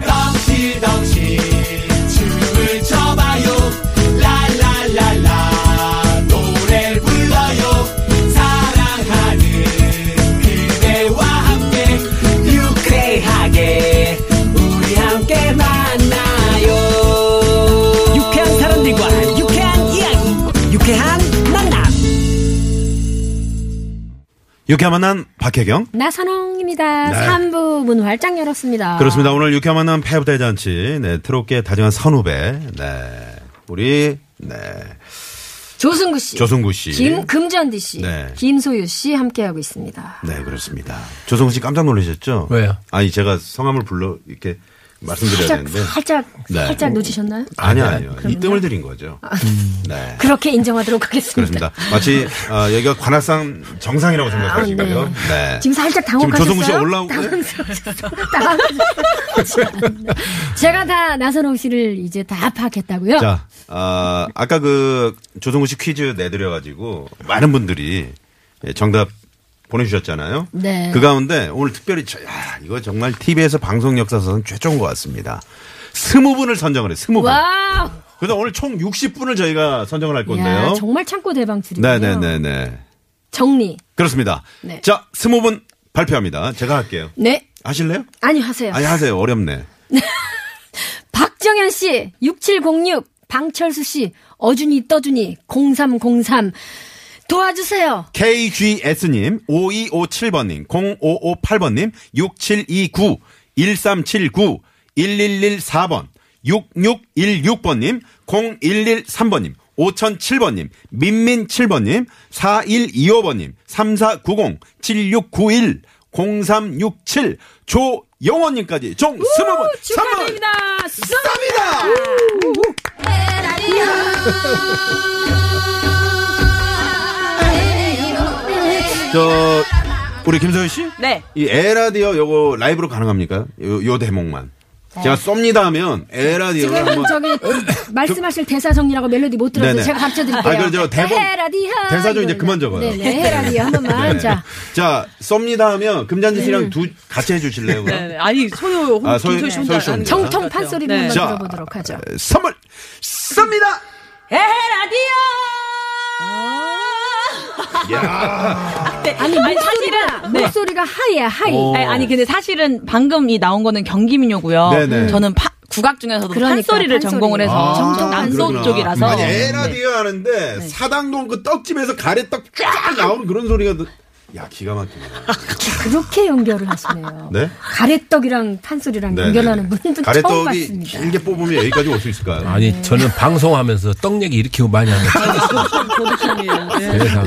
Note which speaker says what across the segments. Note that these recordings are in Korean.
Speaker 1: 덩실덩실 춤을 춰봐요 라라라라 노래를 불러요 사랑하는 그대와 함께 유쾌하게 우리 함께 만나요 유쾌한 사람들과 유쾌한 이야기 유쾌한 만남
Speaker 2: 유쾌한 만남 박혜경.
Speaker 3: 아. 나선홍입니다.
Speaker 2: 네.
Speaker 3: 3부 문 활짝 열었습니다.
Speaker 2: 그렇습니다. 오늘 유쾌한 만남 패부대 잔치. 네, 트롯계 다정한 선후배. 네. 우리 네.
Speaker 3: 조승구 씨.
Speaker 2: 조승구 씨.
Speaker 3: 김, 금전디 씨.
Speaker 2: 네.
Speaker 3: 김소유 씨 함께하고 있습니다.
Speaker 2: 네, 그렇습니다. 조성우 씨 깜짝 놀라셨죠?
Speaker 1: 왜요?
Speaker 2: 아니, 제가 성함을 불러 이렇게 말씀드려야
Speaker 3: 살짝,
Speaker 2: 되는데.
Speaker 3: 살짝,
Speaker 2: 네.
Speaker 3: 살짝 놓치셨나요? 아.
Speaker 2: 아니요, 아니요. 이 뜸을 들인 거죠. 네.
Speaker 3: 그렇게 인정하도록 하겠습니다.
Speaker 2: 그렇습니다. 마치 아, 여기가 관악산 정상이라고 생각하시고요.
Speaker 3: 아,
Speaker 2: 네.
Speaker 3: 지금 살짝
Speaker 2: 지금
Speaker 3: 당혹하셨어요.
Speaker 2: 조성우 씨 올라오고
Speaker 3: 당황스러우셨어요. 당황스러우셨어요. 참나. 제가 다 나선홍 씨를 이제 다 파악했다고요?
Speaker 2: 자, 아, 아까 그 조성우 씨 퀴즈 내드려가지고 많은 분들이 예, 정답 보내주셨잖아요.
Speaker 3: 네.
Speaker 2: 그 가운데 오늘 특별히 저- 야, 이거 정말 TV에서 방송 역사상 최초인 것 같습니다. 스무 분을 선정을 해, 스무 분.
Speaker 3: 와우.
Speaker 2: 그래서 오늘 총 60분을 저희가 선정을 할 건데요.
Speaker 3: 야, 정말 창고 대방출이네요.
Speaker 2: 네네네네.
Speaker 3: 정리.
Speaker 2: 그렇습니다.
Speaker 3: 네.
Speaker 2: 자, 스무 분 발표합니다. 제가 할게요.
Speaker 3: 네.
Speaker 2: 하실래요?
Speaker 3: 아니, 하세요.
Speaker 2: 아니, 하세요. 어렵네.
Speaker 3: 박정현 씨, 6706, 방철수 씨, 어준이 떠준이, 0303. 도와주세요.
Speaker 2: KGS님, 5257번님, 0558번님, 6729, 1379, 1114번, 6616번님, 0113번님, 5007번님, 민민7번님, 4125번님, 3490, 7691, 0367, 조영원님까지 총 20분!
Speaker 3: 축하드립니다.
Speaker 2: 감사합니다! 저, 우리 김소희 씨?
Speaker 4: 네.
Speaker 2: 이 에라디오 요거 라이브로 가능합니까? 요, 요 대목만. 제가 쏩니다 하면 에라디오를
Speaker 3: 지금
Speaker 2: 한번 어?
Speaker 3: 저기 말씀하실 대사 정리라고 멜로디 못 들어서
Speaker 2: 네네.
Speaker 3: 제가 가르쳐 드릴게요.
Speaker 2: 아, 그럼 저 대본-
Speaker 3: 헤라디오.
Speaker 2: 대사 좀 이제 그만 적어요.
Speaker 3: 네네. 헤라디오 한 번만. 자.
Speaker 2: 자, 쏩니다 하면 금잔지 씨랑 두 같이 해 주실래요?
Speaker 4: 네, 네. 아니 소유 혼
Speaker 2: 아, 소유-
Speaker 4: 김소희 씨 혼자
Speaker 2: 소유 씨
Speaker 4: 하는
Speaker 2: 혼자.
Speaker 4: 거죠.
Speaker 3: 정통 판소리를
Speaker 4: 네.
Speaker 3: 한번
Speaker 2: 자.
Speaker 3: 들어보도록 하죠.
Speaker 2: 선물 쏩니다.
Speaker 4: 네.
Speaker 3: 아니,
Speaker 4: 아니,
Speaker 3: 목소리가,
Speaker 4: 사실은- 네.
Speaker 3: 목소리가 하이야, 하이.
Speaker 2: 오.
Speaker 4: 아니, 아니, 근데 사실은 방금 이 나온 거는 경기민요고요.
Speaker 2: 네네.
Speaker 4: 저는 파- 국악 중에서도
Speaker 3: 그러니까,
Speaker 4: 판소리를
Speaker 3: 판소리.
Speaker 4: 전공을
Speaker 3: 아,
Speaker 4: 해서
Speaker 3: 정통
Speaker 4: 남소
Speaker 2: 그러구나.
Speaker 4: 쪽이라서
Speaker 2: 아니,
Speaker 4: 네.
Speaker 2: 에라디오 하는데
Speaker 3: 네.
Speaker 2: 사당동 그 떡집에서 가래떡 쫙 나오는 그런 소리가 들- 야, 기가 막히네.
Speaker 3: 그렇게 연결을 하시네요.
Speaker 2: 네?
Speaker 3: 가래떡이랑 판소리랑
Speaker 2: 네,
Speaker 3: 연결하는
Speaker 2: 네, 네.
Speaker 3: 분도 처음
Speaker 2: 가래떡이
Speaker 3: 봤습니다.
Speaker 2: 길게 뽑으면 여기까지 올 수 있을까요?
Speaker 5: 아니 저는 방송하면서 떡 얘기 이렇게 네. 아, 많이 하는 세상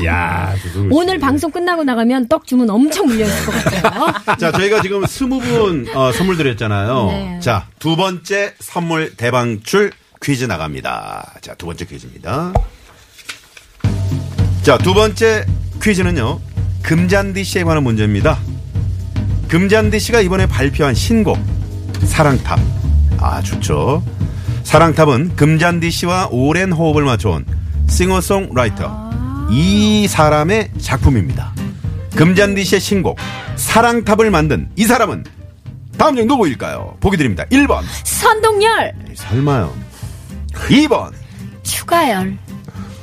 Speaker 2: 야, 조성우 씨.
Speaker 3: 오늘 방송 끝나고 나가면 떡 주문 엄청 물려있을 것 같아요.
Speaker 2: 자, 저희가 지금 스무 분 어, 선물 드렸잖아요.
Speaker 3: 네.
Speaker 2: 자, 두 번째 선물 대방출 퀴즈 나갑니다. 자, 두 번째 퀴즈입니다. 자, 두 번째 퀴즈는요. 금잔디 씨에 관한 문제입니다. 금잔디 씨가 이번에 발표한 신곡 사랑탑. 아, 좋죠. 사랑탑은 금잔디 씨와 오랜 호흡을 맞춰온 싱어송라이터 이 사람의 작품입니다. 금잔디 씨의 신곡 사랑탑을 만든 이 사람은 다음 중 누구일까요? 보기 드립니다. 1번
Speaker 3: 선동열,
Speaker 2: 설마요. 2번
Speaker 3: 추가열.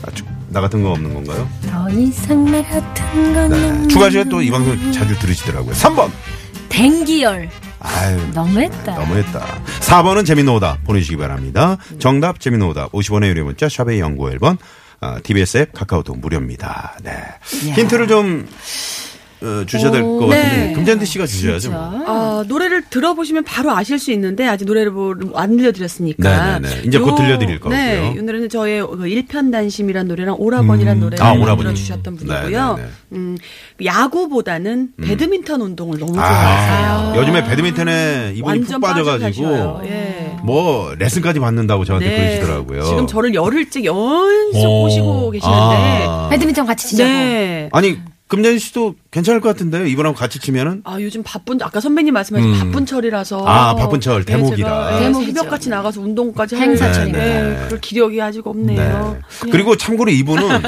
Speaker 2: 아, 주- 나 같은 거 없는 건가요?
Speaker 3: 더 이상 내 같은 건
Speaker 2: 네. 추가 씨가 또 이 방송 자주 들으시더라고요. 3번 네.
Speaker 3: 댕기열.
Speaker 2: 아유,
Speaker 3: 너무했다.
Speaker 2: 너무했다. 4번은 재미노 오다 보내주시기 바랍니다. 정답 재미노 오다 50원의 유료 문자 샵의 연구 앨범 아, TBS 앱 카카오톡 무료입니다. 네. 힌트를 좀 어, 주셔야 될 것 같은데 금잔디 씨가 주셔야죠. 뭐.
Speaker 6: 어, 노래를 들어보시면 바로 아실 수 있는데 아직 노래를 뭐안 들려드렸으니까.
Speaker 2: 네네네. 이제 곧 들려드릴 거고요.
Speaker 6: 네, 이 노래는 저의 그 일편단심이란 노래랑 오라버니란 노래를
Speaker 2: 아, 오라버니.
Speaker 6: 만들어주셨던 분이고요.
Speaker 2: 네네네. 음.
Speaker 6: 음, 야구보다는 배드민턴 운동을 너무
Speaker 2: 아,
Speaker 6: 좋아하세요.
Speaker 2: 요즘에 배드민턴에 이분이 푹 빠져가지고
Speaker 6: 빠져가셔요. 예.
Speaker 2: 뭐 레슨까지 받는다고 저한테
Speaker 6: 네.
Speaker 2: 그러시더라고요.
Speaker 6: 지금 저를 열흘째 연속
Speaker 5: 오.
Speaker 6: 보시고 계시는데.
Speaker 2: 아.
Speaker 3: 배드민턴 같이 치자고.
Speaker 6: 네.
Speaker 2: 아니 금잔디 씨도 괜찮을 것 같은데요. 이분하고 같이 치면은.
Speaker 6: 아 요즘 바쁜 아까 선배님 말씀하신 바쁜 철이라서
Speaker 2: 음.
Speaker 6: 네,
Speaker 2: 아, 바쁜 철, 네. 대목이라.
Speaker 3: 대목이죠.
Speaker 6: 새벽 같이 나가서 운동까지
Speaker 3: 행사철이니까.
Speaker 6: 네, 네. 그럴 기력이 아직 없네요.
Speaker 2: 그리고 참고로 이분은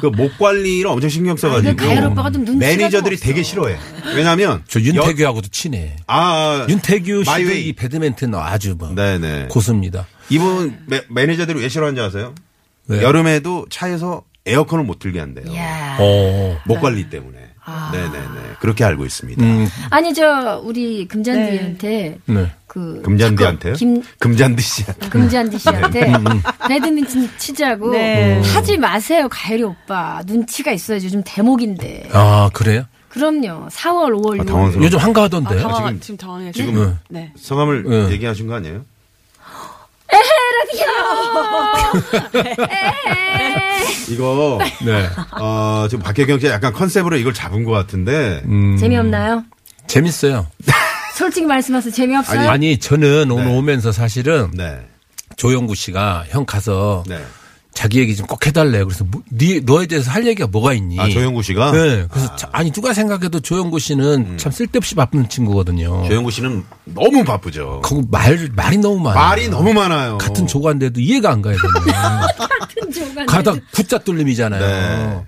Speaker 2: 그 목 관리를 엄청 신경 써가지고.
Speaker 3: 근데 가열 오빠가 좀 눈치가 좀
Speaker 2: 매니저들이
Speaker 3: 없어.
Speaker 2: 되게 싫어해. 왜냐면.
Speaker 5: 저 윤태규하고도 친해.
Speaker 2: 아,
Speaker 5: 윤태규 씨도
Speaker 2: 마이웨이.
Speaker 5: 이 배드민턴 아주 뭐
Speaker 2: 네네.
Speaker 5: 고수입니다.
Speaker 2: 이분 매, 매니저들이 왜 싫어하는지 아세요?
Speaker 5: 왜요?
Speaker 2: 여름에도 차에서 에어컨을 못 틀게 한대요.
Speaker 3: 야. 아.
Speaker 5: 어.
Speaker 2: 목 관리 때문에. 네네네. 그렇게 알고 있습니다.
Speaker 5: 음.
Speaker 3: 아니 저 우리 금잔디한테
Speaker 5: 네.
Speaker 3: 그
Speaker 2: 금잔디한테요? 네. 음,
Speaker 3: 자꾸 김
Speaker 2: 금잔디 씨한테.
Speaker 3: 금잔디 씨한테 배드민턴 치자고
Speaker 6: 네.
Speaker 3: 하지 마세요 가열이 오빠 눈치가 있어야지 요즘 대목인데
Speaker 5: 아, 그래요?
Speaker 3: 그럼요 4월 5월
Speaker 2: 아,
Speaker 3: 6월
Speaker 2: 당황스러워.
Speaker 5: 요즘 한가하던데.
Speaker 6: 아,
Speaker 5: 요
Speaker 6: 당황, 지금, 지금 당황했어요.
Speaker 2: 네. 지금
Speaker 6: 네.
Speaker 2: 성함을
Speaker 5: 응.
Speaker 2: 얘기하신 거 아니에요? 이거
Speaker 5: 네.
Speaker 2: 어, 지금 박혜경 씨가 약간 컨셉으로 이걸 잡은 것 같은데
Speaker 5: 음.
Speaker 3: 재미없나요?
Speaker 5: 재밌어요.
Speaker 3: 솔직히 말씀하세요 재미없어요?
Speaker 5: 아니, 저는 오늘
Speaker 2: 네.
Speaker 5: 오면서 사실은
Speaker 2: 네.
Speaker 5: 조영구 씨가 형 가서
Speaker 2: 네.
Speaker 5: 자기 얘기 좀 꼭 해달래. 그래서 뭐, 네, 너에 대해서 할 얘기가 뭐가 있니?
Speaker 2: 아, 조영구 씨가? 음.
Speaker 5: 네. 그래서 자- 아니 누가 생각해도 조영구 씨는 참 쓸데없이 바쁜 친구거든요.
Speaker 2: 조영구 씨는 너무 바쁘죠.
Speaker 5: 그거 말 말이 너무 많아.
Speaker 2: 말이 너무 많아요.
Speaker 5: 같은 조관데도 이해가 안 가요. 저는.
Speaker 3: 네.
Speaker 5: 가다 굿자 뚫림이잖아요.
Speaker 2: 네.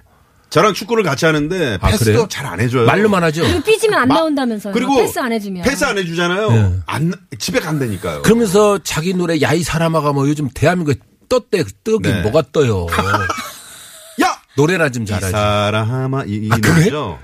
Speaker 2: 저랑 축구를 같이 하는데
Speaker 5: 아,
Speaker 2: 패스도
Speaker 5: 그래요?
Speaker 2: 잘 안 해줘요.
Speaker 5: 말로만 하죠.
Speaker 3: 그리고 삐지면 안
Speaker 2: 마-
Speaker 3: 나온다면서요
Speaker 2: 그리고
Speaker 3: 패스 안 해주면
Speaker 2: 패스 안 해주잖아요. 안 집에 간다니까요.
Speaker 5: 네. 그러면서 자기 노래 야이 사람아가 뭐 요즘 대한민국에 떴대 떡이
Speaker 2: 네.
Speaker 5: 뭐가 떠요.
Speaker 2: 야!
Speaker 5: 노래나 좀
Speaker 2: 이
Speaker 5: 잘하지.
Speaker 2: 사람아 이, 이
Speaker 5: 아, 그래?
Speaker 2: 노래죠.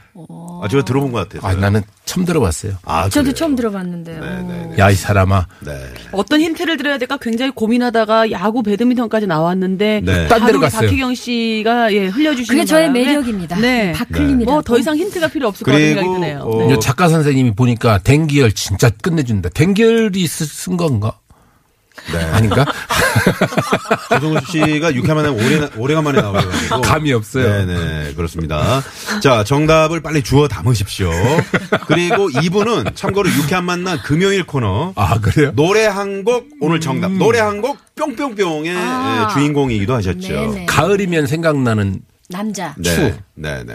Speaker 2: 아 제가 들어본 것 같아요.
Speaker 5: 아 나는 처음 들어봤어요.
Speaker 2: 아,
Speaker 3: 저도
Speaker 2: 그래요?
Speaker 3: 처음 들어봤는데요
Speaker 5: 야이 사람아.
Speaker 2: 네.
Speaker 6: 어떤 힌트를 드려야 될까 굉장히 고민하다가 야구 배드민턴까지 나왔는데
Speaker 2: 네.
Speaker 5: 딴 데로
Speaker 6: 바로
Speaker 5: 갔어요.
Speaker 6: 박희경 씨가 예, 흘려주시는
Speaker 3: 그게 저의
Speaker 6: 바람에
Speaker 3: 매력입니다
Speaker 6: 네.
Speaker 3: 박클림이라고
Speaker 6: 뭐 더 이상 힌트가 필요 없을 거라는 생각이
Speaker 2: 그리고
Speaker 6: 드네요.
Speaker 2: 어,
Speaker 6: 네.
Speaker 5: 요 작가 선생님이 보니까 댕기열 진짜 끝내준다. 댕기열이 쓰- 쓴 건가?
Speaker 2: 네.
Speaker 5: 아닌가?
Speaker 2: 조성우 씨가 6회 만에 오래, 오래간만에 나와가지고.
Speaker 5: 감이 없어요.
Speaker 2: 네네, 그렇습니다. 자, 정답을 빨리 주워 담으십시오. 그리고 이분은 참고로 6회 안 만난 금요일 코너.
Speaker 5: 아 그래요? 음.
Speaker 2: 노래 한 곡, 오늘 정답. 노래 한 곡, 뿅뿅뿅의
Speaker 3: 아.
Speaker 2: 예, 주인공이기도 하셨죠.
Speaker 3: 네네
Speaker 5: 가을이면 생각나는
Speaker 3: 남자
Speaker 2: 네, 네네.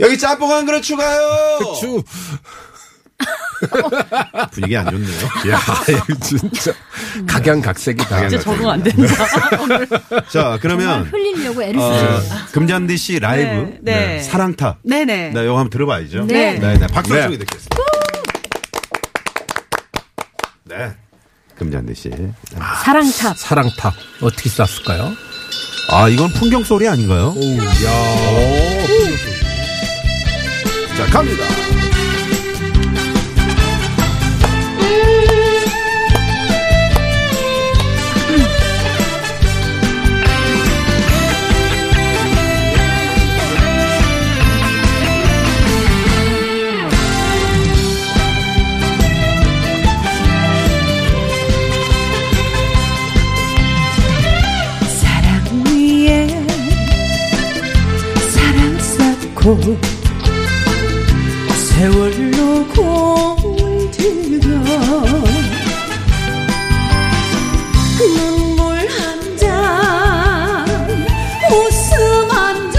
Speaker 2: 여기 짬뽕 한 그릇 어. 추가요!
Speaker 5: 추.
Speaker 2: 분위기 안 좋네요.
Speaker 5: 야 이거 진짜
Speaker 2: 네.
Speaker 5: 각양각색이다.
Speaker 6: 이제 적응 안 된다.
Speaker 2: 자, 그러면,
Speaker 3: 흘리려고 애를
Speaker 2: 어,
Speaker 3: 쓰죠
Speaker 2: 금잔디 씨 라이브.
Speaker 6: 네, 네.
Speaker 2: 사랑탑. 네,
Speaker 6: 네네.
Speaker 2: 이거 한번 들어봐야죠.
Speaker 3: 네.
Speaker 2: 네, 네. 박수
Speaker 5: 네.
Speaker 2: 한번 듣겠습니다. 네. 금잔디 씨.
Speaker 3: 사랑탑
Speaker 5: 사랑탑 어떻게 쌌을까요?
Speaker 2: 아, 이건 풍경 소리 아닌가요? 자, 갑니다.
Speaker 7: 사랑 위에 사랑 쌓고 세월로 공들여 그 눈물 한잔 웃음 한잔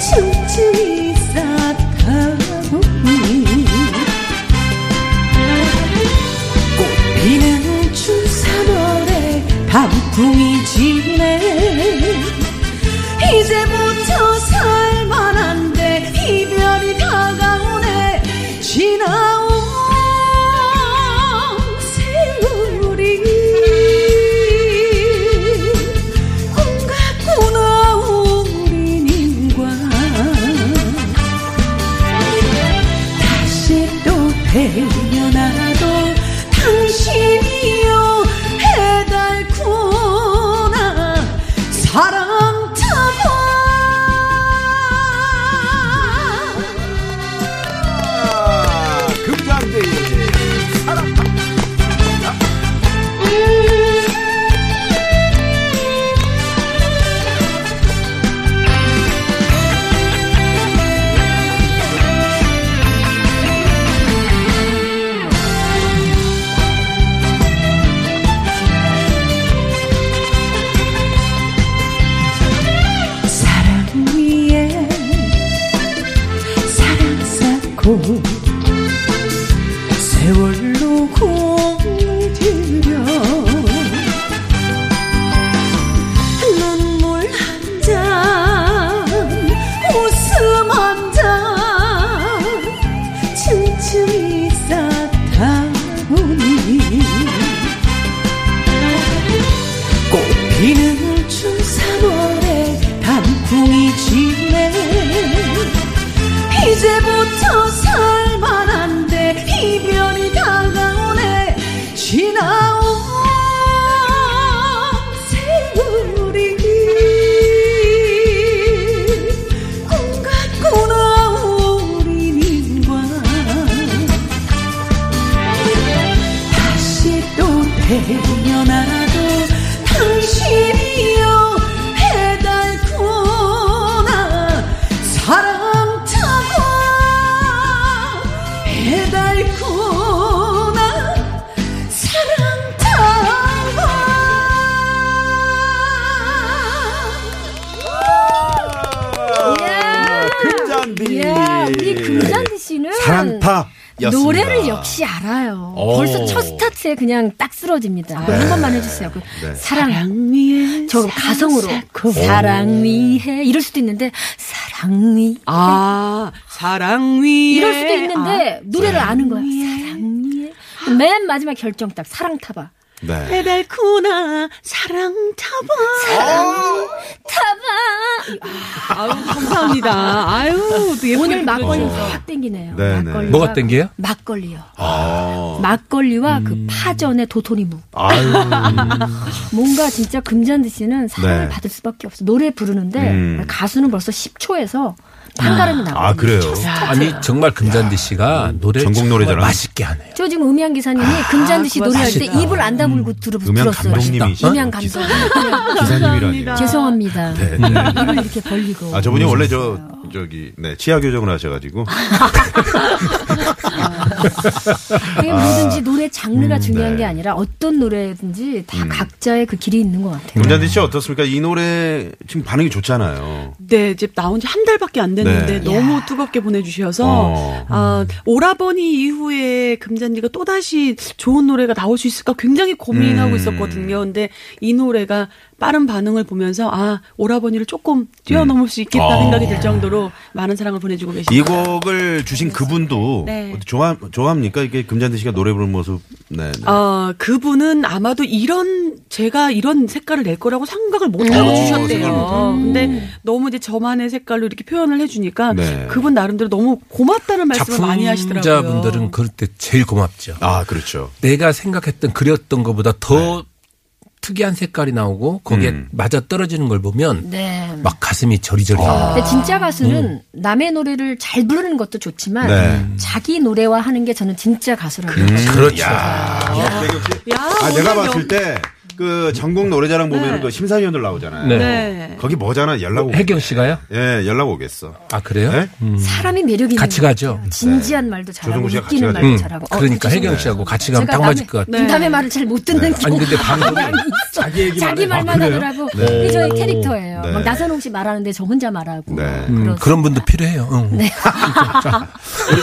Speaker 7: 춤추이 쌓다보니 꽃피는 춘삼월에 단풍이 지네 이제부터 살만한데 이별이 다가오네 지나온 세월이 꿈같구나 우리님과 다시 또 태어나도 당신이요 해달구나 사랑 타봐
Speaker 2: 아, 금잔디.
Speaker 7: 사랑 않고 세월로 공들여 눈물 한잔 웃음 한잔 층층이 쌓다 보니 꽃피는 춘 3월에 단풍이 지네 이제부터 살만한데 이별이 다가오네 지나온 세월이 꿈같구나 우리 민과 다시 또 태어나도 당신이여 해달구나 사랑 타고 해달구나 사랑 타고
Speaker 2: 아, 금잔디.
Speaker 3: 이야, 예.
Speaker 2: 예.
Speaker 3: 우리 금잔디 씨는
Speaker 2: 사랑탑이었습니다.
Speaker 3: 노래를 역시 알아요.
Speaker 2: 오.
Speaker 3: 벌써 첫 스타트에 그냥 딱 쓰러집니다. 그거 한 번만 해주세요. 그
Speaker 2: 네.
Speaker 3: 사랑.
Speaker 6: 위에
Speaker 3: 저 가성으로 사랑 위해 이럴 수도 있는데 사랑 위
Speaker 6: 아 사랑 위에
Speaker 3: 네. 이럴 수도 있는데 노래를 예. 아는 거야. 사랑 위해 맨 마지막 결정 딱 사랑 타봐.
Speaker 2: 네.
Speaker 6: 해달코나 사랑 타봐
Speaker 3: 타봐.
Speaker 6: 아유 감사합니다 아유 또 예쁘게
Speaker 3: 오늘 막걸리
Speaker 5: 어.
Speaker 3: 확 땡기네요.
Speaker 2: 네네.
Speaker 3: 막걸리와-
Speaker 5: 뭐가 땡겨요?
Speaker 3: 막걸리요.
Speaker 2: 아. 음.
Speaker 3: 막걸리와 그 파전의 도토리묵.
Speaker 2: 아유.
Speaker 3: 뭔가 진짜 금잔디 씨는 사랑을
Speaker 2: 네.
Speaker 3: 받을 수밖에 없어. 노래 부르는데
Speaker 2: 음.
Speaker 3: 가수는 벌써 10초에서 판가름이 나고.
Speaker 2: 아, 그래요?
Speaker 5: 아니 정말 금잔디 씨가 노래
Speaker 2: 전국 노래자랑.
Speaker 5: 맛있게 하네요.
Speaker 3: 저 지금 음향 기사님이 금잔디 씨 노래할 때
Speaker 5: 맛있다.
Speaker 3: 입을 안 다물고 들어,
Speaker 2: 아, 음향
Speaker 3: 들었어요.
Speaker 2: 감독님이시죠?
Speaker 3: 음향 감독.
Speaker 2: 기사님이라니.
Speaker 3: 죄송합니다.
Speaker 2: 네, 네.
Speaker 3: 입을 이렇게 벌리고.
Speaker 2: 아, 저분이 원래 저, 저기, 네, 치아 교정을 하셔가지고.
Speaker 3: 이게 뭐든지 노래 장르가
Speaker 2: 아.
Speaker 3: 중요한
Speaker 2: 네. 음.
Speaker 3: 게 아니라 어떤 노래든지 다 각자의 그 길이 있는 것 같아요.
Speaker 2: 금잔디 씨 어떻습니까? 이 노래 지금 반응이 좋잖아요.
Speaker 6: 네, 이제 나온 지 한 달밖에 안
Speaker 2: 네.
Speaker 6: 됐는데 너무 뜨겁게 보내주셔서
Speaker 2: 어.
Speaker 6: 아, 오라버니 이후에 금잔디가 또 다시 좋은 노래가 나올 수 있을까 굉장히 고민하고
Speaker 2: 음.
Speaker 6: 있었거든요. 근데 이 노래가 빠른 반응을 보면서 아 오라버니를 조금 뛰어넘을 수 있겠다
Speaker 2: 어.
Speaker 6: 생각이 들 정도로 많은 사랑을 보내주고
Speaker 2: 이
Speaker 6: 계십니다.
Speaker 2: 곡을 주신 그분도
Speaker 6: 네.
Speaker 2: 어떻게 좋아 좋아합니까? 이게 금잔디 씨가 노래 부르는 모습. 네. 네.
Speaker 6: 어, 그분은 아마도 이런 제가 이런 색깔을 낼 거라고 생각을 못 하고
Speaker 2: 어, 생각을 못
Speaker 6: 주셨대요. 음.
Speaker 3: 음.
Speaker 6: 근데 너무 이제 저만의 색깔로 이렇게 표현을 해주니까
Speaker 2: 네.
Speaker 6: 그분 나름대로 너무 고맙다는 말씀을 많이 하시더라고요.
Speaker 5: 작품자분들은 그럴 때 제일 고맙죠.
Speaker 2: 아 그렇죠.
Speaker 5: 내가 생각했던 그렸던 것보다 더 특이한 색깔이 나오고 거기에
Speaker 2: 음.
Speaker 5: 맞아 떨어지는 걸 보면
Speaker 3: 네.
Speaker 5: 막 가슴이 저리저리.
Speaker 3: 근데 진짜
Speaker 5: 음.
Speaker 3: 가수는 남의 노래를 잘 부르는 것도 좋지만
Speaker 2: 네.
Speaker 3: 자기 노래와 하는 게 저는 진짜 가수라고 생각해요.
Speaker 5: 그렇죠.
Speaker 6: 야,
Speaker 2: 아
Speaker 6: 오늘
Speaker 2: 내가
Speaker 6: 명-
Speaker 2: 봤을 때 그 전국 노래자랑 보면 은그 심사위원들 나오잖아요.
Speaker 5: 네.
Speaker 6: 네.
Speaker 2: 거기 뭐잖아 연락 오.
Speaker 5: 혜경 씨가요?
Speaker 2: 예 연락 오겠어.
Speaker 5: 아 그래요?
Speaker 2: 네?
Speaker 3: 음. 사람이 매력 있는
Speaker 5: 같이
Speaker 3: 것
Speaker 5: 가죠. 네.
Speaker 3: 같아요. 진지한 말도 잘하고
Speaker 2: 조성구 씨가
Speaker 3: 웃기는
Speaker 2: 같이 가죠.
Speaker 3: 말도
Speaker 5: 음,
Speaker 3: 잘하고. 어,
Speaker 5: 그러니까
Speaker 3: 죄송해요.
Speaker 5: 혜경 씨하고 같이 가면
Speaker 3: 제가
Speaker 5: 딱 맞을 것 같아. 네.
Speaker 3: 남의, 남의 말을 잘 못 듣는 경우
Speaker 5: 아니 근데 방송이
Speaker 3: 자기
Speaker 5: 얘기만 해요.
Speaker 3: 말만
Speaker 5: 아, 그래요?
Speaker 3: 하더라고. 그게 저의 캐릭터예요.
Speaker 2: 네.
Speaker 3: 막 나선홍 씨 말하는데 저 혼자 말하고.
Speaker 2: 네.
Speaker 5: 음,
Speaker 3: 그런
Speaker 5: 그런 분도 필요해요. 응.
Speaker 2: 우리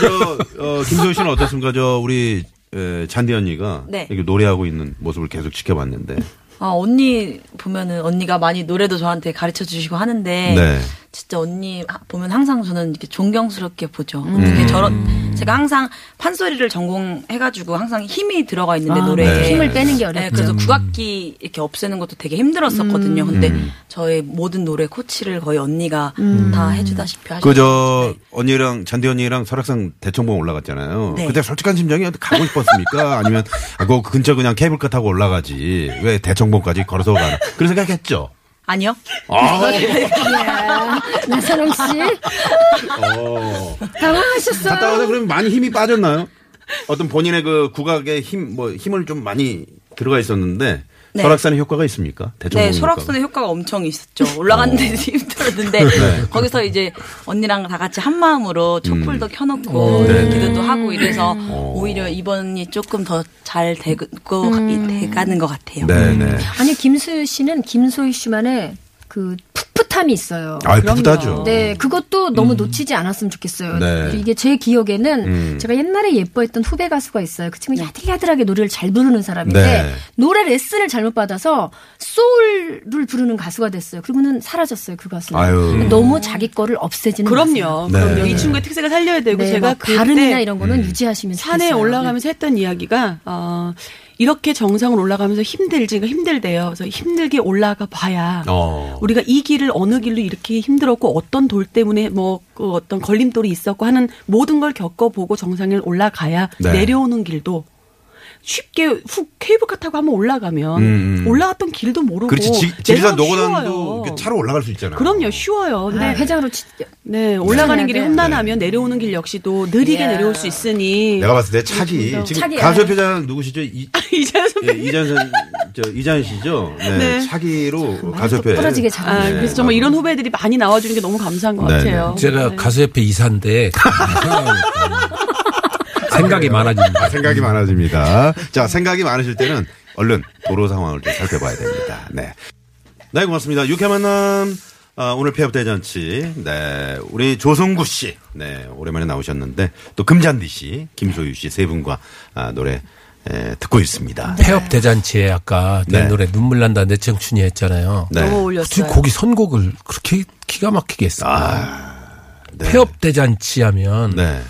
Speaker 2: 저 어, 김소희 씨는 어떻습니까? 저 우리 에, 잔디 언니가
Speaker 4: 네.
Speaker 2: 이렇게 노래하고 있는 모습을 계속 지켜봤는데.
Speaker 4: 아, 언니 보면은 언니가 많이 노래도 저한테 가르쳐 주시고 하는데
Speaker 2: 네.
Speaker 4: 진짜 언니 하- 보면 항상 저는 이렇게 존경스럽게 보죠.
Speaker 3: 음.
Speaker 4: 되게 저런 제가 항상 판소리를 전공해가지고 항상 힘이 들어가 있는데 노래에
Speaker 2: 네.
Speaker 3: 힘을 빼는 게 어렵죠.
Speaker 4: 네,
Speaker 3: 음.
Speaker 4: 그래서 국악기 이렇게 없애는 것도 되게 힘들었었거든요. 근데
Speaker 3: 음.
Speaker 4: 저의 모든 노래 코치를 거의 언니가 다 해주다시피 네. 하시고
Speaker 2: 그저 언니랑 잔디 언니랑 설악산 대청봉 올라갔잖아요.
Speaker 4: 네.
Speaker 2: 그때 솔직한 심정이 어디 가고 싶었습니까? 아니면 아, 그 근처 그냥 케이블카 타고 올라가지 왜 대청봉까지 걸어서 가나? 그런 생각했죠.
Speaker 4: 아니요.
Speaker 2: 아,
Speaker 3: 이야, 나선홍 씨
Speaker 2: 어. 갔다
Speaker 3: 당황하셨어요.
Speaker 2: 와서 그럼 많이 힘이 빠졌나요? 어떤 본인의 그 국악의 힘 뭐 힘을 좀 많이 들어가 있었는데
Speaker 4: 네.
Speaker 2: 설악산의 효과가 있습니까? 어. 대청봉
Speaker 4: 네, 설악산의 효과가 엄청 있었죠. 올라갔는데 힘들었는데
Speaker 2: 네.
Speaker 4: 거기서 이제 언니랑 다 같이 한 마음으로 촛불도 켜놓고
Speaker 2: 어, 네,
Speaker 4: 기도도 하고 이래서 오히려 이번이 조금 더 잘 되고 이- 돼가는 것 같아요.
Speaker 2: 네네.
Speaker 3: 아니 김소유 씨는 김소희 씨만의 그 푹 풋풋함이 있어요.
Speaker 2: 아,
Speaker 6: 그럼요.
Speaker 2: 풋풋하죠.
Speaker 3: 네, 그것도 너무 놓치지 않았으면 좋겠어요.
Speaker 2: 음. 네.
Speaker 3: 이게 제 기억에는
Speaker 2: 음.
Speaker 3: 제가 옛날에 예뻐했던 후배 가수가 있어요. 그
Speaker 6: 네.
Speaker 3: 친구 야들야들하게 노래를 잘 부르는 사람인데
Speaker 2: 네.
Speaker 3: 노래 레슨을 잘못 받아서 소울을 부르는 가수가 됐어요. 그리고는 사라졌어요, 그 가수.
Speaker 2: 아유.
Speaker 3: 는 너무 자기 거를 없애지는 마세요.
Speaker 6: 그럼요.
Speaker 2: 네.
Speaker 6: 그럼요. 이 친구의 특색을 살려야 되고
Speaker 3: 네,
Speaker 6: 제가
Speaker 3: 막
Speaker 6: 그때
Speaker 3: 발음이나 이런 거는 유지하시면
Speaker 6: 산에
Speaker 3: 좋겠어요. 네.
Speaker 6: 올라가면서 했던 이야기가 어, 이렇게 정상을 올라가면서 힘들지 그러니까 힘들대요. 그래서 힘들게 올라가 봐야
Speaker 2: 어.
Speaker 6: 우리가 이 길을 어느 길로 이렇게 힘들었고 어떤 돌 때문에 뭐 그 어떤 걸림돌이 있었고 하는 모든 걸 겪어보고 정상에 올라가야
Speaker 2: 네.
Speaker 6: 내려오는 길도 쉽게 훅 케이블카 타고 한번 올라가면
Speaker 2: 음.
Speaker 6: 올라갔던 길도 모르고
Speaker 2: 그렇지. 지- 지리산
Speaker 6: 내려오면
Speaker 2: 노고난도
Speaker 6: 쉬워요.
Speaker 2: 이렇게 차로 올라갈 수 있잖아요.
Speaker 6: 그럼요 쉬워요. 근데
Speaker 3: 아, 회장으로 치-
Speaker 6: 네, 올라가는
Speaker 3: 네.
Speaker 6: 길이
Speaker 3: 네.
Speaker 6: 험난하면 내려오는 길 역시도 느리게
Speaker 4: 이야.
Speaker 6: 내려올 수 있으니
Speaker 2: 내가 봤을 때 차기 지금
Speaker 3: 차기,
Speaker 2: 가수
Speaker 3: 예.
Speaker 2: 표장 누구시죠? 이,
Speaker 6: 이재현
Speaker 2: 예,
Speaker 6: 선배님.
Speaker 2: 이전 선, 저 이전 씨죠. 네,
Speaker 6: 네.
Speaker 2: 차기로 네. 가수협회.
Speaker 3: 떨어지게 잘.
Speaker 6: 아, 그래서 정말 이런 후배들이 많이 나와주는 게 너무 감사한 것
Speaker 2: 네,
Speaker 6: 같아요.
Speaker 5: 제가
Speaker 6: 네.
Speaker 5: 가수협회 이사인데 생각이 많아집니다.
Speaker 2: 아, 생각이 많아집니다. 자, 생각이 많으실 때는 얼른 도로 상황을 좀 살펴봐야 됩니다. 네. 네, 고맙습니다. 육회 만남, 아, 오늘 폐업 대잔치. 네, 우리 조성구 씨. 네, 오랜만에 나오셨는데, 또 금잔디 씨, 김소유 씨 세 분과 아, 노래 에, 듣고 있습니다.
Speaker 5: 폐업 대잔치에 아까 내
Speaker 2: 네.
Speaker 5: 노래 눈물 난다 내 청춘이 했잖아요.
Speaker 2: 네.
Speaker 6: 너무
Speaker 5: 지금
Speaker 6: 올렸어요.
Speaker 5: 거기 선곡을 그렇게 기가 막히게 했어요.
Speaker 2: 네.
Speaker 5: 폐업 대잔치 하면
Speaker 2: 네.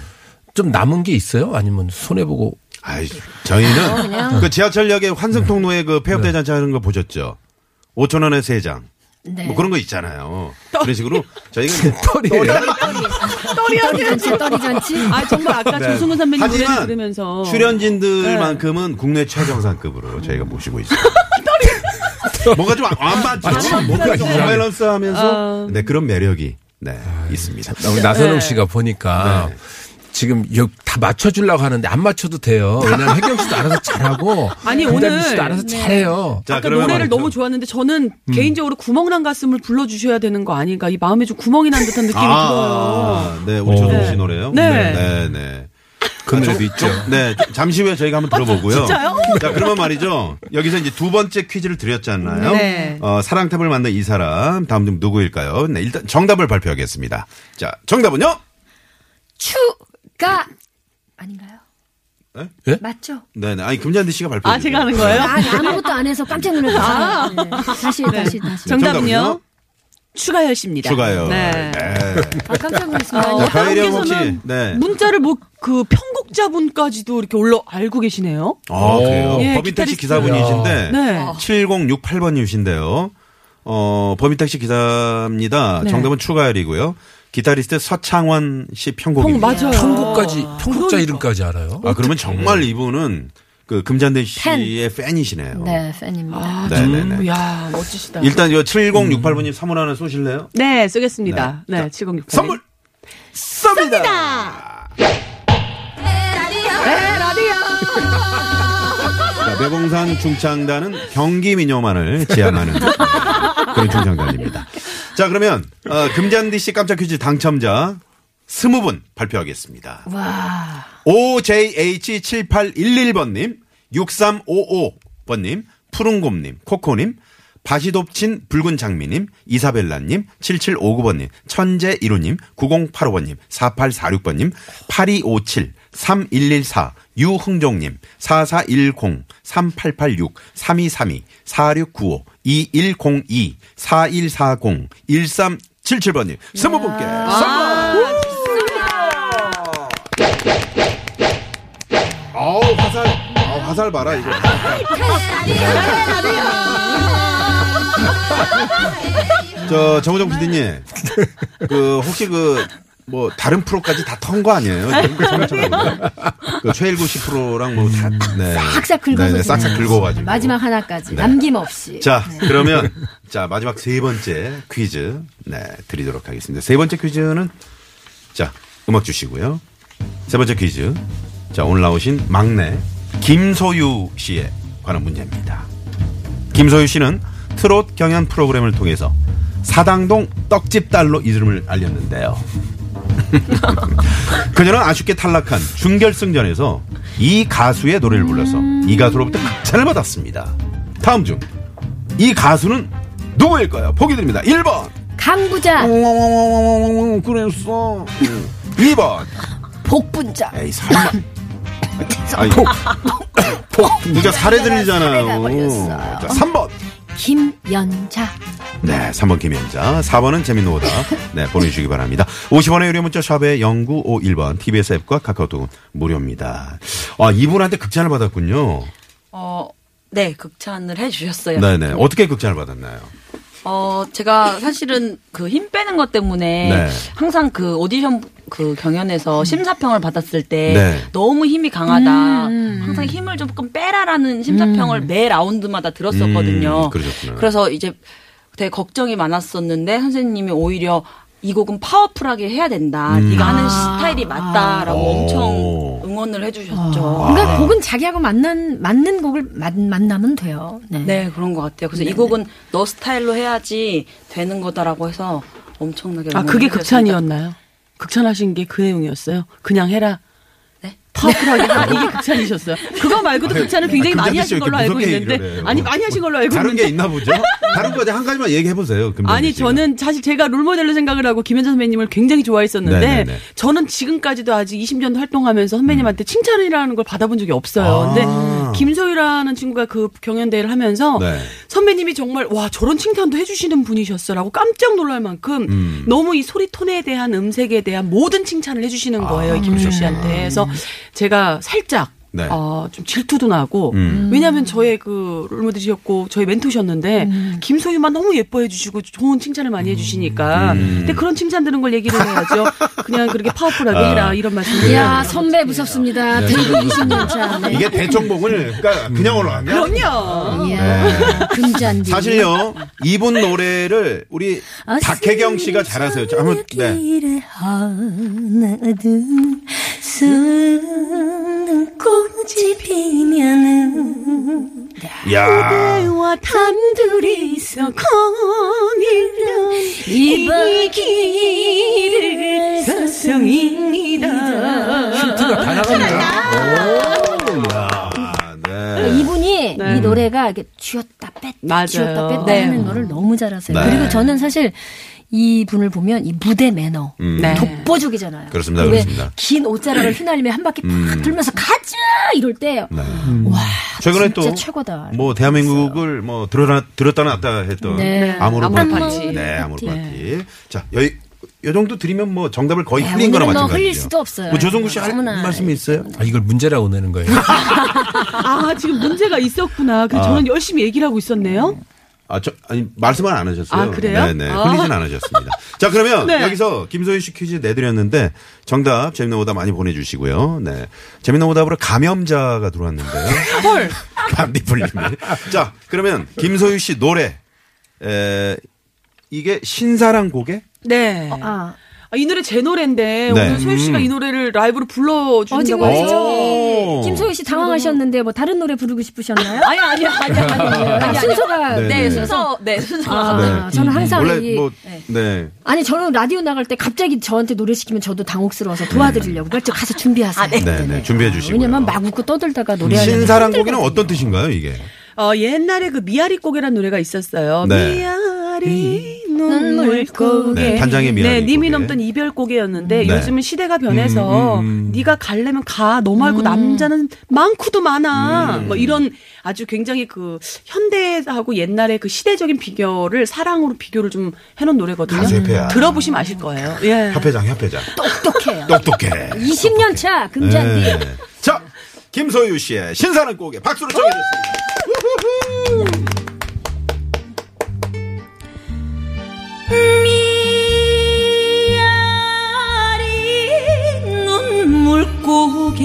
Speaker 5: 좀 남은 게 있어요? 아니면 손해보고
Speaker 2: 아이,
Speaker 6: 어,
Speaker 2: 저희는 그 지하철역에 환승통로에 그 폐업 대잔치 하는 거 보셨죠? 5천 원에 세 장.
Speaker 3: 네.
Speaker 2: 뭐 그런 거 있잖아요. 그런 식으로 저희가 뭐, 이제
Speaker 5: 털이에요?
Speaker 3: 떠리잔치, 떠리잔치.
Speaker 6: 아 정말 아까
Speaker 2: 네.
Speaker 6: 조승우 선배님 노래
Speaker 2: 하지만
Speaker 6: 들으면서 네.
Speaker 2: 출연진들만큼은 국내 최정상급으로 저희가 모시고 있어요. 뭔가 좀 안
Speaker 6: 아,
Speaker 2: 맞죠? 뭔가 좀 밸런스하면서 네 그런 매력이 네 있습니다.
Speaker 5: 우리 나선홍 씨가 보니까 네. 지금 여- 다 맞춰주려고 하는데 안 맞춰도 돼요. 왜냐면 혜경 씨도 알아서 잘하고 그
Speaker 6: 아니,
Speaker 5: 김다빈
Speaker 6: 오늘- 네.
Speaker 5: 씨도 알아서 잘해요.
Speaker 2: 자
Speaker 6: 아까
Speaker 2: 그러면 음.
Speaker 6: 노래를 너무 좋았는데 저는 개인적으로 구멍난 가슴을 불러주셔야 되는 거 아닌가 이 마음에 좀 구멍이 난 듯한 느낌이 들어요.
Speaker 2: 아, 네 우리 조성 씨 노래요.
Speaker 6: 네.
Speaker 2: 네. 네.
Speaker 5: 그
Speaker 2: 아,
Speaker 5: 노래도
Speaker 2: 좀-
Speaker 5: 있죠.
Speaker 2: 좀- 네, 좀 잠시 후에 저희가 한번 들어보고요.
Speaker 6: 아, 진짜요?
Speaker 2: 자, 그러면 말이죠. 여기서 이제 두 번째 퀴즈를 드렸잖아요.
Speaker 6: 네.
Speaker 2: 어, 사랑탑을 만난 이 사람, 다음 중 누구일까요? 네, 일단 정답을 발표하겠습니다. 자, 정답은요?
Speaker 3: 추가 아닌가요?
Speaker 2: 네?
Speaker 5: 예?
Speaker 3: 맞죠?
Speaker 2: 네, 네. 아니 금잔디 씨가 네. 발표.
Speaker 6: 아 제가 하는 거예요?
Speaker 3: 아, 나 아무것도 안 해서 깜짝 놀랐어요. 네. 다시, 다시,
Speaker 2: 아. 네,
Speaker 3: 다시.
Speaker 6: 정답은요?
Speaker 2: 정답은요?
Speaker 6: 추가열 씨입니다.
Speaker 2: 추가요.
Speaker 6: 네.
Speaker 3: 아, 깜짝 놀랐습니다.
Speaker 6: 어,
Speaker 2: 자, 가을이 형
Speaker 6: 다른
Speaker 2: 혹시
Speaker 6: 분께서는
Speaker 2: 네.
Speaker 6: 문자를 뭐 그 편곡자분까지도 이렇게 올라 알고 계시네요.
Speaker 2: 아, 그래요.
Speaker 6: 예,
Speaker 2: 법인택시
Speaker 6: 기타리스트.
Speaker 2: 기사분이신데
Speaker 6: 네.
Speaker 2: 7068번님이신데요. 어, 법인택시 기사입니다.
Speaker 6: 네.
Speaker 2: 정답은 추가열이고요. 기타리스트 서창원 씨
Speaker 6: 형
Speaker 2: 편곡입니다.
Speaker 6: 어, 맞아요.
Speaker 5: 평국까지
Speaker 6: 어,
Speaker 5: 평국자
Speaker 6: 그러니까.
Speaker 5: 이름까지 알아요.
Speaker 2: 아, 그러면 정말 이분은 그 금잔대 씨의 팬이시네요.
Speaker 3: 네, 팬입니다.
Speaker 6: 아,
Speaker 2: 네, 네, 네.
Speaker 6: 야 멋지시다.
Speaker 2: 일단 요 7068번님 선물 하나 쏘실래요?
Speaker 6: 네, 쓰겠습니다. 네, 7068.
Speaker 2: 선물 쏩니다. 네, 자, 매봉산 중창단은 경기 민요만을 지향하는 그런 중창단입니다. 자, 그러면 어, 금잔디 씨 깜짝 퀴즈 당첨자 20분 발표하겠습니다. OJH7811번님, 6355번님, 푸른곰님, 코코님, 바시돕친 붉은 장미님, 이사벨라님, 7759번님, 천재이루님, 9085번님, 4846번님, 8257, 3114, 유흥종님, 4410, 3886, 3232, 4695, 2102, 4140, 1377번님, 20분께 아우 화살 아우 화살 봐라 이거 저 정우정 PD님 그 혹시 그 뭐 다른 프로까지 다 턴 거 아니에요? 지금 생각해보니까. 그 최일구 씨 프로랑 뭐다 네.
Speaker 3: 음. 아, 싹싹 긁어서.
Speaker 2: 네, 네, 싹싹
Speaker 3: 그냥
Speaker 2: 긁어가지고 네.
Speaker 3: 마지막 하나까지. 남김없이.
Speaker 2: 자, 그러면 자 마지막 세 번째 퀴즈 네 드리도록 하겠습니다. 세 번째 퀴즈는 자 음악 주시고요. 세 번째 퀴즈 자 오늘 나오신 막내 김소유 씨에 관한 문제입니다. 김소유 씨는 트롯 경연 프로그램을 통해서 사당동 떡집 딸로 이름을 알렸는데요. 그녀는 아쉽게 탈락한 준결승전에서 이 가수의 노래를 불러서 이 가수로부터 극찬을 받았습니다. 다음 중 이 가수는 누구일까요? 보기 드립니다. 1번
Speaker 3: 네.
Speaker 2: 아. 어.
Speaker 3: 항부자,
Speaker 2: 엉엉엉엉엉엉 그랬어. 음. 2번.
Speaker 3: 복분자.
Speaker 2: 에이 설마. 아니, 부자 사례 들리잖아요. 자, 3번.
Speaker 3: 김연자.
Speaker 2: 네, 3번 김현자. 4번은 재밌는 오다. 네, 보내주시기 바랍니다. 50원의 유료 문자 샵에 0951번, TBS 앱과 카카오톡은 무료입니다. 아, 이분한테 극찬을 받았군요.
Speaker 4: 어, 네, 극찬을 해주셨어요.
Speaker 2: 네네. 어떻게 극찬을 받았나요?
Speaker 4: 어, 제가 사실은 그 힘 빼는 것 때문에
Speaker 2: 네.
Speaker 4: 항상 그 오디션 그 경연에서 심사평을 받았을 때
Speaker 2: 네.
Speaker 4: 너무 힘이 강하다. 항상 힘을 조금 빼라라는 심사평을 매 라운드마다 들었었거든요.
Speaker 2: 음, 그러셨구나.
Speaker 4: 그래서 이제 되게 걱정이 많았었는데 선생님이 오히려 이 곡은 파워풀하게 해야 된다. 네가 하는 스타일이 맞다라고
Speaker 2: 음. 오.
Speaker 4: 엄청 응원을
Speaker 2: 아.
Speaker 4: 해주셨죠.
Speaker 3: 그러니까 곡은 자기하고 만난, 맞는 곡을 만, 만나면 돼요. 네.
Speaker 4: 네, 그런 것 같아요. 그래서 이 곡은 너 스타일로 해야지 되는 거다라고 해서 엄청나게.
Speaker 6: 아,
Speaker 4: 응원을
Speaker 6: 그게
Speaker 4: 해주셨습니다.
Speaker 6: 극찬이었나요? 극찬하신 게 그 내용이었어요. 그냥 해라.
Speaker 4: 네?
Speaker 6: 파워풀하게 아, 해라. 이게 극찬이셨어요. 그거
Speaker 2: 네.
Speaker 6: 말고도
Speaker 2: 아,
Speaker 6: 극찬을 굉장히 많이 하신 걸로 알고 있는데. 아니, 많이 하신 걸로 알고
Speaker 2: 다른
Speaker 6: 있는데.
Speaker 2: 게 있나 보죠? 다른 거에 한 가지만 얘기해 보세요.
Speaker 6: 아니 저는 사실 제가 롤모델로 생각을 하고 김현자 선배님을 굉장히 좋아했었는데
Speaker 2: 네네네. 음.
Speaker 6: 저는 지금까지도 아직 20년 활동하면서 선배님한테 칭찬이라는 걸 받아본 적이 없어요.
Speaker 2: 아.
Speaker 6: 근데 김소희라는 친구가 그 경연대회를 하면서
Speaker 2: 네.
Speaker 6: 선배님이 정말 와 저런 칭찬도 해주시는 분이셨어라고 깜짝 놀랄 만큼
Speaker 2: 음.
Speaker 6: 너무 이 소리 톤에 대한 음색에 대한 모든 칭찬을 해주시는
Speaker 2: 아,
Speaker 6: 거예요 이 김소 씨한테. 그래서 제가 살짝
Speaker 2: 음. 네.
Speaker 6: 어, 좀 질투도 나고
Speaker 2: 음.
Speaker 6: 왜냐하면 저의 그 롤모델이었고 저의 멘토셨는데 김소유만 너무 예뻐해 주시고 좋은 칭찬을 많이 해주시니까
Speaker 2: 음.
Speaker 6: 근데 그런 칭찬 드는 걸 얘기를 해야죠 그냥 그렇게 파워풀하게
Speaker 2: 아.
Speaker 6: 해라 이런 말씀을
Speaker 3: 이야, 선배
Speaker 5: 아,
Speaker 3: 무섭습니다.
Speaker 5: 네,
Speaker 3: 데뷔 20년 차. 네.
Speaker 2: 네. 이게 대청봉을 그러니까 그냥 올라가냐?
Speaker 6: 그럼요
Speaker 3: 이야, 금잔디.
Speaker 2: 네. 사실요 이분 노래를 우리
Speaker 7: 아,
Speaker 2: 박혜경 씨가 잘하세요. 자, 한번 네.
Speaker 7: 길을 하나든 수는 꽃이 피면은
Speaker 2: 야.
Speaker 7: 와 단둘이서 거닐던 이 길을 섰습니다
Speaker 5: 힌트가 다 나갑니다.
Speaker 2: 아, 네.
Speaker 3: 이분이 이 노래가 이렇게 쥐었다 뺐다
Speaker 6: 맞아요.
Speaker 3: 쥐었다 뺐다
Speaker 4: 네.
Speaker 3: 하는 거를 너무 잘하세요.
Speaker 2: 네.
Speaker 3: 그리고 저는 사실 이 분을 보면 이 무대 매너
Speaker 6: 네.
Speaker 3: 독보적이잖아요.
Speaker 2: 음. 그렇습니다,
Speaker 3: 왜
Speaker 2: 그렇습니다. 음.
Speaker 3: 긴 옷자락을 휘날리며 한 바퀴 팍 돌면서 가자 이럴 때
Speaker 2: 네.
Speaker 3: 음.
Speaker 2: 최근에
Speaker 3: 진짜
Speaker 2: 또
Speaker 3: 최고다.
Speaker 2: 뭐 대한민국을 뭐 들었다 들었다 놨다 했던
Speaker 3: 네.
Speaker 2: 아무로
Speaker 6: 아모르
Speaker 2: 파티.
Speaker 6: 파티.
Speaker 2: 네, 아무로
Speaker 3: 파티.
Speaker 2: 파티. 자, 여, 요 정도 드리면 뭐 정답을 거의
Speaker 3: 네,
Speaker 2: 흘린 거나
Speaker 3: 오늘은 뭐
Speaker 2: 마찬가지죠.
Speaker 3: 흘릴 수도 없어요.
Speaker 2: 뭐 조성구 씨할
Speaker 3: 너무나
Speaker 2: 말씀이 있어요?
Speaker 5: 아, 이걸 문제라고 내는 거예요.
Speaker 6: 아 지금 문제가 있었구나 그래서 저는 열심히 얘기를 하고 있었네요
Speaker 2: 아, 저, 아니, 말씀은 안 하셨어요.
Speaker 6: 아, 그래요?
Speaker 2: 네네.
Speaker 6: 아.
Speaker 2: 흘리진 않으셨습니다. 자, 그러면
Speaker 6: 네.
Speaker 2: 여기서 김소연 씨 퀴즈 내드렸는데 정답 재밌는 오답 많이 보내주시고요. 네. 재밌는 오답으로 감염자가 들어왔는데요.
Speaker 6: 헐
Speaker 2: 감리불림. 자, 그러면 김소유 씨 노래. 에, 이게 신사랑 곡에?
Speaker 6: 네.
Speaker 3: 아,
Speaker 6: 아, 이 노래 제 노래인데
Speaker 2: 네.
Speaker 6: 오늘 소유 씨가
Speaker 2: 음.
Speaker 6: 이 노래를 라이브로 불러주신다고
Speaker 3: 어,
Speaker 6: 해서
Speaker 2: 오.
Speaker 3: 김소희 씨 당황하셨는데 뭐 다른 노래 부르고 싶으셨나요?
Speaker 4: 아니 아니 아니 아니.
Speaker 3: 아, 순서가
Speaker 2: 네,
Speaker 4: 네,
Speaker 2: 네.
Speaker 4: 순서 음, 네 순서.
Speaker 3: 아,
Speaker 2: 네.
Speaker 3: 저는 항상
Speaker 2: 원래
Speaker 3: 이
Speaker 2: 뭐, 네.
Speaker 3: 아니 저는 라디오 나갈 때 갑자기 저한테 노래 시키면 저도 당혹스러워서 도와드리려고 그래서 가서 준비하세요.
Speaker 2: 네, 네, 준비해 주시고요.
Speaker 3: 왜냐면 막 웃고 떠들다가 노래하는
Speaker 2: 신사랑 곡에는 어떤 뜻인가요, 이게?
Speaker 6: 어, 옛날에 그 미아리 고개란 노래가 있었어요.
Speaker 2: 네.
Speaker 6: 미아리 음. 눈물 고개.
Speaker 2: 네, 단장의 미아리
Speaker 6: 네, 님이
Speaker 2: 고개.
Speaker 6: 넘던 이별 고개였는데
Speaker 2: 네.
Speaker 6: 요즘은 시대가 변해서
Speaker 5: 음, 음, 음.
Speaker 6: 네가 갈래면 가. 너 말고 남자는 많고도 많아.
Speaker 2: 음.
Speaker 6: 뭐 이런 아주 굉장히 그 현대하고 옛날의 그 시대적인 비교를 사랑으로 비교를 좀 해놓은 노래거든요. 음.
Speaker 2: 가수 협회야.
Speaker 6: 들어보시면 아실 거예요. 예.
Speaker 2: 협회장, 협회장.
Speaker 3: 똑똑해요.
Speaker 2: 똑똑해.
Speaker 3: 20년 차 금잔디.
Speaker 2: 네. 자, 김소유 씨의 신사랑 곡에 박수로 청해주세요.
Speaker 4: 미아리 눈물고개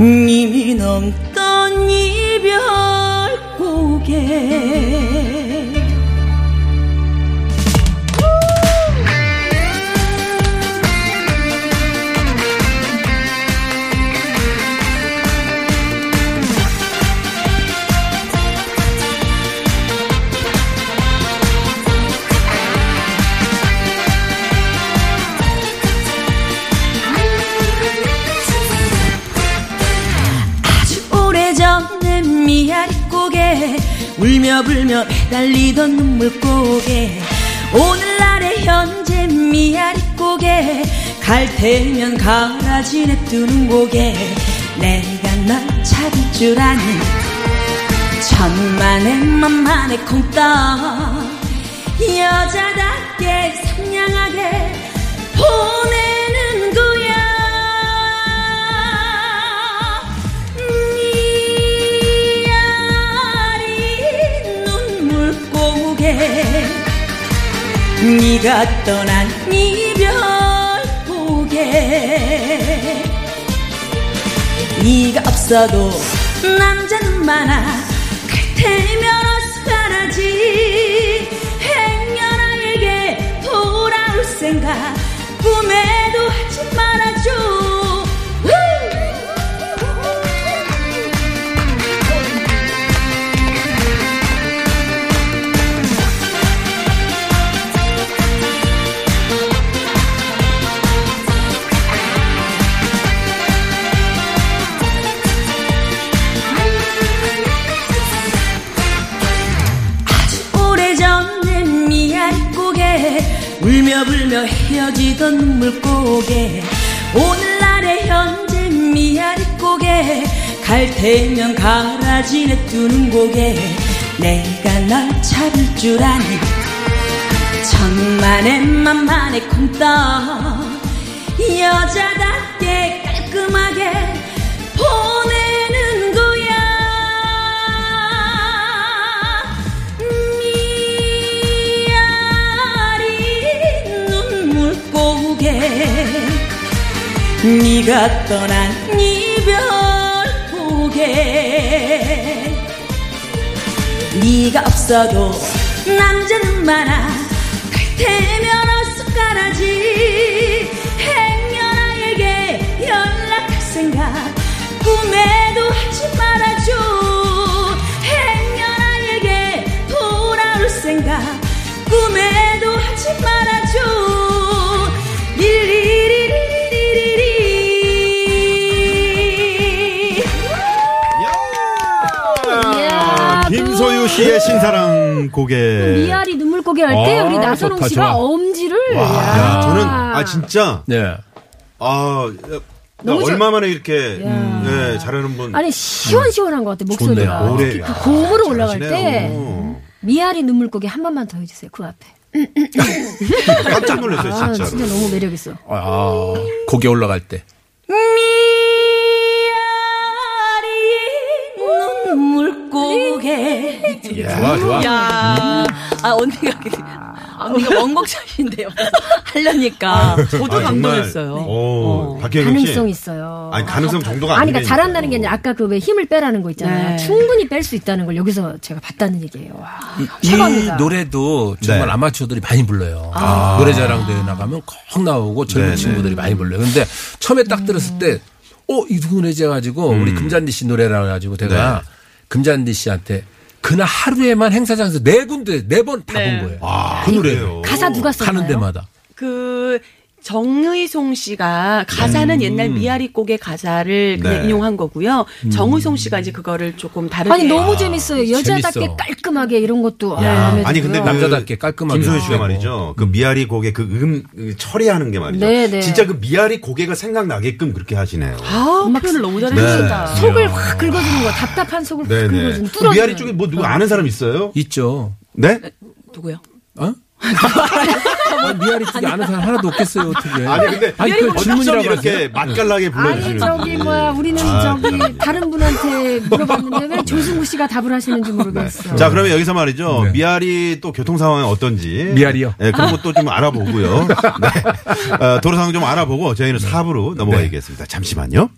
Speaker 4: 님이 넘던 이별고개 아주 오래전에 미아리 고개 울며 불며 달리던 눈물 고개 오늘날의 현재 미아리 고개 갈 테면 가라지 냅두는 고개 내가 널 찾을 줄 아니 천만의 만만의 콩떡 여자답게 상냥하게 보내는 거야 미아리 눈물 고개 네가 떠난 이별 고개 네가 없어도 남자는 많아 그때면 어떡하나지 행여나에게 돌아올 생각 꿈에도 하지 말아줘 오래전에 미안 고개 울며 불며 헤어지던 눈물 고개 오늘날의 현재 미아리 고개 갈 테면 가라지 내두는 고개 내가 널 찾을 줄 아니 천만의 만만의 콩떡 여자답게 깔끔하게 보내는 거야 미아리 눈물 고개 네가 떠난 이별 고개 네가 없어도 남자는 많아 그때면 어떡하나지 행여나에게 연락할 생각 꿈에도 하지 말아줘 행여나에게 돌아올 생각 꿈에도 하지 말아줘 리리리리리리리
Speaker 3: 이야,
Speaker 2: 아,
Speaker 3: 뭐 네.
Speaker 2: 김소유 씨의 신사랑 고개.
Speaker 3: 미아리 눈물 고개 할 때
Speaker 2: 아,
Speaker 3: 우리 나선홍
Speaker 5: 좋다,
Speaker 3: 씨가
Speaker 5: 좋아.
Speaker 3: 엄지를
Speaker 2: 와,
Speaker 3: 야.
Speaker 2: 야, 저는 아 진짜
Speaker 5: 네.
Speaker 2: 아 나
Speaker 3: 너무 잘-
Speaker 2: 얼마 만에 이렇게 네, 잘하는 분
Speaker 3: 아니 시원시원한 것 같아 목소리가
Speaker 5: 좋네요.
Speaker 2: 노래.
Speaker 3: 그 고음으로
Speaker 2: 아,
Speaker 3: 올라갈 때
Speaker 2: 잘하시네요.
Speaker 3: 미아리 눈물 고개 한 번만 더 해주세요 그 앞에
Speaker 2: 깜짝 놀랐어요,
Speaker 3: 아
Speaker 2: 진짜로.
Speaker 3: 진짜 너무 매력 있어
Speaker 5: 아, 고개 올라갈 때.
Speaker 4: 미아리 눈물 고개
Speaker 5: 좋아, 좋아.
Speaker 8: 야, 아 언니가 그- 아, 언니가 원곡자인데요. 하려니까
Speaker 6: 저도
Speaker 2: 아, 정말.
Speaker 6: 감동했어요.
Speaker 2: 오, 박혜경 씨.
Speaker 3: 네. 가능성 있어요
Speaker 2: 예, 아니, 가능성 정도가
Speaker 3: 아니
Speaker 2: 아니니까.
Speaker 3: 그러니까 잘한다는 게 아니라 아까 그 왜 힘을 빼라는 거 있잖아요
Speaker 6: 네.
Speaker 3: 충분히 뺄 수 있다는 걸 여기서 제가 봤다는 얘기예요 와,
Speaker 5: 이
Speaker 3: 최고입니다
Speaker 5: 노래도 정말
Speaker 2: 네.
Speaker 5: 아마추어들이 많이 불러요. 노래자랑 대회 나가면 꼭 나오고 젊은
Speaker 2: 네,
Speaker 5: 친구들이 많이 불러요. 근데 처음에 딱 들었을 때, 어, 이 노래 해가지고
Speaker 2: 음.
Speaker 5: 우리 금잔디 씨 노래라 가지고 내가
Speaker 2: 네.
Speaker 5: 금잔디 씨한테 그날 하루에만 행사장에서 네 군데 네 번 다 본 거예요.
Speaker 2: 아, 그 노래요.
Speaker 3: 가사 누가 썼나요?
Speaker 5: 가는 데마다.
Speaker 6: 그 정의송 씨가 가사는 옛날 미아리 곡의 가사를 그냥
Speaker 2: 음. 네.
Speaker 6: 인용한 거고요. 정의송 씨가 이제 그거를 조금 다르게
Speaker 3: 아니 너무 재밌어요 여자답게
Speaker 5: 재밌어.
Speaker 3: 깔끔하게 이런 것도 아, 마음에
Speaker 2: 아니
Speaker 3: 들고요.
Speaker 2: 근데 그
Speaker 5: 남자답게 깔끔하게 네, 뭐.
Speaker 2: 김소연 씨가
Speaker 5: 하고.
Speaker 2: 말이죠. 그 미아리 고개 그음 그 처리하는 게 말이죠.
Speaker 3: 네, 네.
Speaker 2: 진짜 그 미아리 고개가 생각나게끔 그렇게 하시네요.
Speaker 6: 아 표현을 너무 잘해주신다.
Speaker 3: 속을 확 긁어주는 거 답답한 속을
Speaker 2: 그 네,
Speaker 3: 확
Speaker 2: 네.
Speaker 3: 긁어주는
Speaker 2: 그
Speaker 3: 뚫어주는
Speaker 2: 미아리 쪽에 뭐 누구 아는 사람 있어요?
Speaker 5: 있죠.
Speaker 2: 네?
Speaker 8: 누구요?
Speaker 5: 어? 아, 미아리 쪽에 아는 사람 하나도 없겠어요, 어떻게.
Speaker 2: 아니 근데
Speaker 5: 아니, 그
Speaker 2: 어쩜
Speaker 5: 질문이라고
Speaker 2: 이렇게
Speaker 5: 하세요.
Speaker 2: 맛깔나게
Speaker 3: 아니
Speaker 2: 불러주시는
Speaker 3: 저기 뭐야 우리는
Speaker 2: 아,
Speaker 3: 저기
Speaker 2: 그렇군요.
Speaker 3: 다른 분한테 물어봤는데 왜 조승우 씨가 답을 하시는지 모르겠어.
Speaker 2: 자, 그러면 여기서 말이죠.
Speaker 5: 네.
Speaker 2: 미아리 또 교통 상황이 어떤지.
Speaker 5: 미아리요?
Speaker 2: 네, 그런 것도 좀
Speaker 5: 네.
Speaker 2: 알아보고요. 네. 어, 도로 상황 좀 알아보고 저희는 4부로 넘어가겠습니다. 잠시만요.